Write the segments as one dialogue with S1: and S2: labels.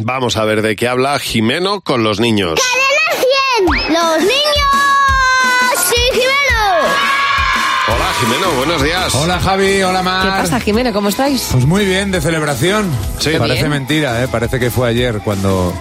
S1: Vamos a ver de qué habla Jimeno con los niños.
S2: ¡Cadena 100! ¡Los niños! ¡Sí,
S1: Hola Jimeno, buenos días.
S3: Hola Javi, hola Mar.
S1: Ah.
S4: ¿Qué pasa, Jimeno? ¿Cómo estáis?
S3: Pues muy bien, de celebración.
S1: Sí.
S3: Parece
S4: Bien.
S3: mentira, ¿eh? Parece que fue ayer cuando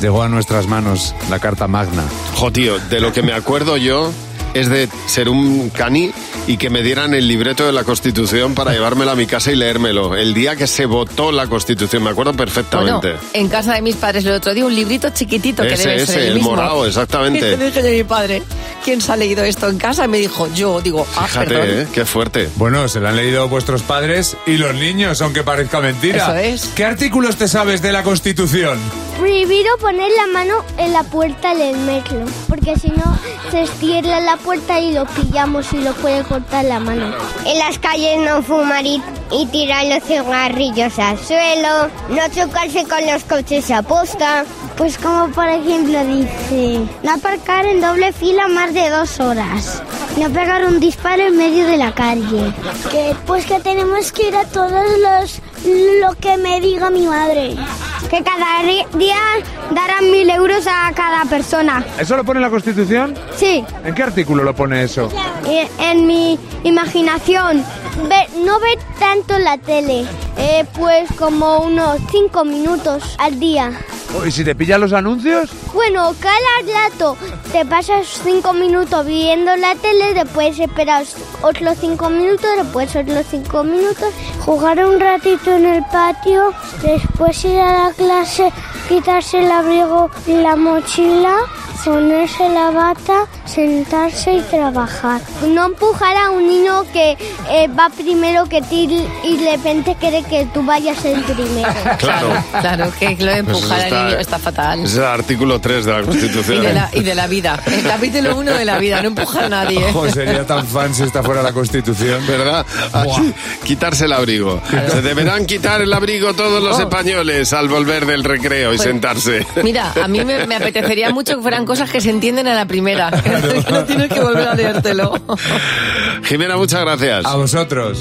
S3: llegó a nuestras manos la Carta Magna.
S1: Jo, tío, de lo que me acuerdo yo es de ser un cani y que me dieran el libreto de la Constitución para llevármelo a mi casa y leérmelo. El día que se votó la Constitución, me acuerdo
S4: Bueno,
S1: perfectamente.
S4: en casa de mis padres el otro día un librito chiquitito que
S1: ese,
S4: debe ser
S1: ese, el,
S4: mismo.
S1: morado,
S4: Y le
S1: exactamente.
S4: dije yo a mi padre, ¿quién se ha leído esto en casa? Y me dijo, yo. Digo, ah, perdón.
S1: Fíjate, ¿eh? qué fuerte.
S3: Bueno, se la han leído vuestros padres y los niños, aunque parezca mentira.
S4: Eso es.
S3: ¿Qué artículos te sabes de la Constitución?
S2: Prohibido poner la mano en la puerta del metro, porque si no se cierra la puerta y lo pillamos y lo puede cortar la mano. En las calles no fumar y, tirar los cigarrillos al suelo, no chocarse con los coches a posta. Pues como por ejemplo dice, no aparcar en doble fila más de dos horas, no pegar un disparo en medio de la calle. Que, pues que tenemos que ir a todos los lo que me diga mi madre. Que cada ri- día darán mil euros a cada persona.
S3: ¿Eso lo pone la Constitución?
S2: Sí,
S3: ¿En qué artículo lo pone eso?
S2: en, mi imaginación. no ver tanto la tele, pues como unos cinco minutos al día.
S3: Oh, ¿Y si te pillan los anuncios?
S2: Bueno, cada rato te pasas cinco minutos viendo la tele, después esperas otros cinco minutos, después otros cinco minutos, jugar un ratito en el patio, después ir a la clase, quitarse el abrigo y la mochila, ponerse la bata, sentarse y trabajar. No empujar a un niño que eh, va primero que ti y de repente cree que tú vayas el primero.
S1: Claro.
S4: Claro, que lo de
S1: Pues
S4: empujar
S1: eso
S4: al niño está fatal.
S1: Es el artículo 3 de la
S4: Y
S1: Constitución. ¿eh?
S4: de, la, y de la vida. El capítulo uno de la vida, no empujar a nadie. ¿eh?
S3: Ojo, sería tan fan si está fuera la Constitución.
S1: ¿Verdad? Así, quitarse el abrigo. Se deberán quitar el abrigo todos los
S4: Oh.
S1: españoles al volver del recreo y sentarse.
S4: Mira, a mí me, me apetecería mucho que fueran cosas que se entienden a la primera. Que no tienes que volver a leértelo.
S1: Jimena, muchas gracias.
S3: A vosotros.